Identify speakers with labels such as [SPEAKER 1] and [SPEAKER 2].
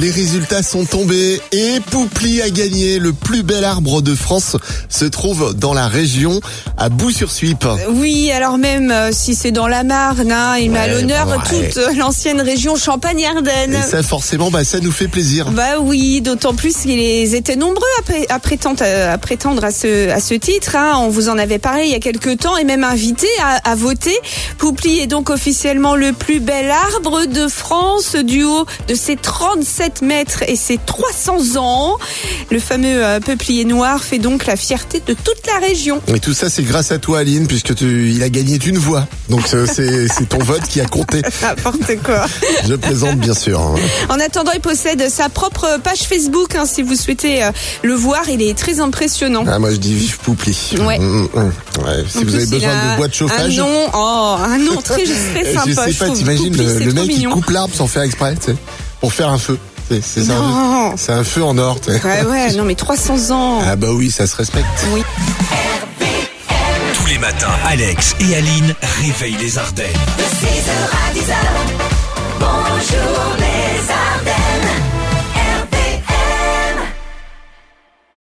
[SPEAKER 1] Les résultats sont tombés et Poupli a gagné. Le plus bel arbre de France se trouve dans la région à Bout-sur-Suippe.
[SPEAKER 2] Oui, alors même euh, si c'est dans la Marne, hein, il met à
[SPEAKER 1] Ouais,
[SPEAKER 2] l'honneur
[SPEAKER 1] bah ouais.
[SPEAKER 2] toute euh, l'ancienne région
[SPEAKER 1] Et
[SPEAKER 2] Champagne-Ardenne.
[SPEAKER 1] ça, forcément, bah, ça nous fait plaisir.
[SPEAKER 2] Bah oui, d'autant plus qu'ils étaient nombreux à, pré- à prétendre, euh, à prétendre à ce, à ce titre. hein. On vous en avait parlé il y a quelques temps et même invité à, à voter. Poupli est donc officiellement le plus bel arbre de France du haut de ses 37 mètres et ses 300 ans. Le fameux euh, peuplier noir fait donc la fierté de toute la région.
[SPEAKER 1] Et tout ça, c'est grâce à toi, Aline, puisque tu, il a gagné d'une voix. Donc, euh, c'est c'est ton vote qui a compté.
[SPEAKER 2] N'importe quoi.
[SPEAKER 1] Je plaisante, bien sûr. hein.
[SPEAKER 2] En attendant, il possède sa propre page Facebook. hein, si vous souhaitez euh, le voir, il est très impressionnant.
[SPEAKER 1] Ah, moi, je dis vive Poupli.
[SPEAKER 2] Ouais.
[SPEAKER 1] Mm, mm, mm. Ouais, Si
[SPEAKER 2] En
[SPEAKER 1] vous
[SPEAKER 2] plus,
[SPEAKER 1] avez
[SPEAKER 2] il
[SPEAKER 1] besoin
[SPEAKER 2] a
[SPEAKER 1] de bois de chauffage.
[SPEAKER 2] Un nom, oh, un nom très,
[SPEAKER 1] euh,
[SPEAKER 2] très
[SPEAKER 1] je
[SPEAKER 2] sympa.
[SPEAKER 1] sais pas,
[SPEAKER 2] trouve.
[SPEAKER 1] t'imagines
[SPEAKER 2] Poupli,
[SPEAKER 1] le,
[SPEAKER 2] c'est
[SPEAKER 1] le
[SPEAKER 2] trop
[SPEAKER 1] mec qui
[SPEAKER 2] mignon.
[SPEAKER 1] coupe l'arbre sans faire exprès, tu sais, pour faire un feu. C'est- C'est ça,
[SPEAKER 2] Non.
[SPEAKER 1] C'est un feu en or, tu sais.
[SPEAKER 2] Ouais, ouais, non mais 300 ans.
[SPEAKER 1] Ah bah oui, ça se respecte.
[SPEAKER 2] Oui.
[SPEAKER 3] Tous les matins, Alex et Aline réveillent les Ardennes.
[SPEAKER 4] De 6h à 10h, bonjour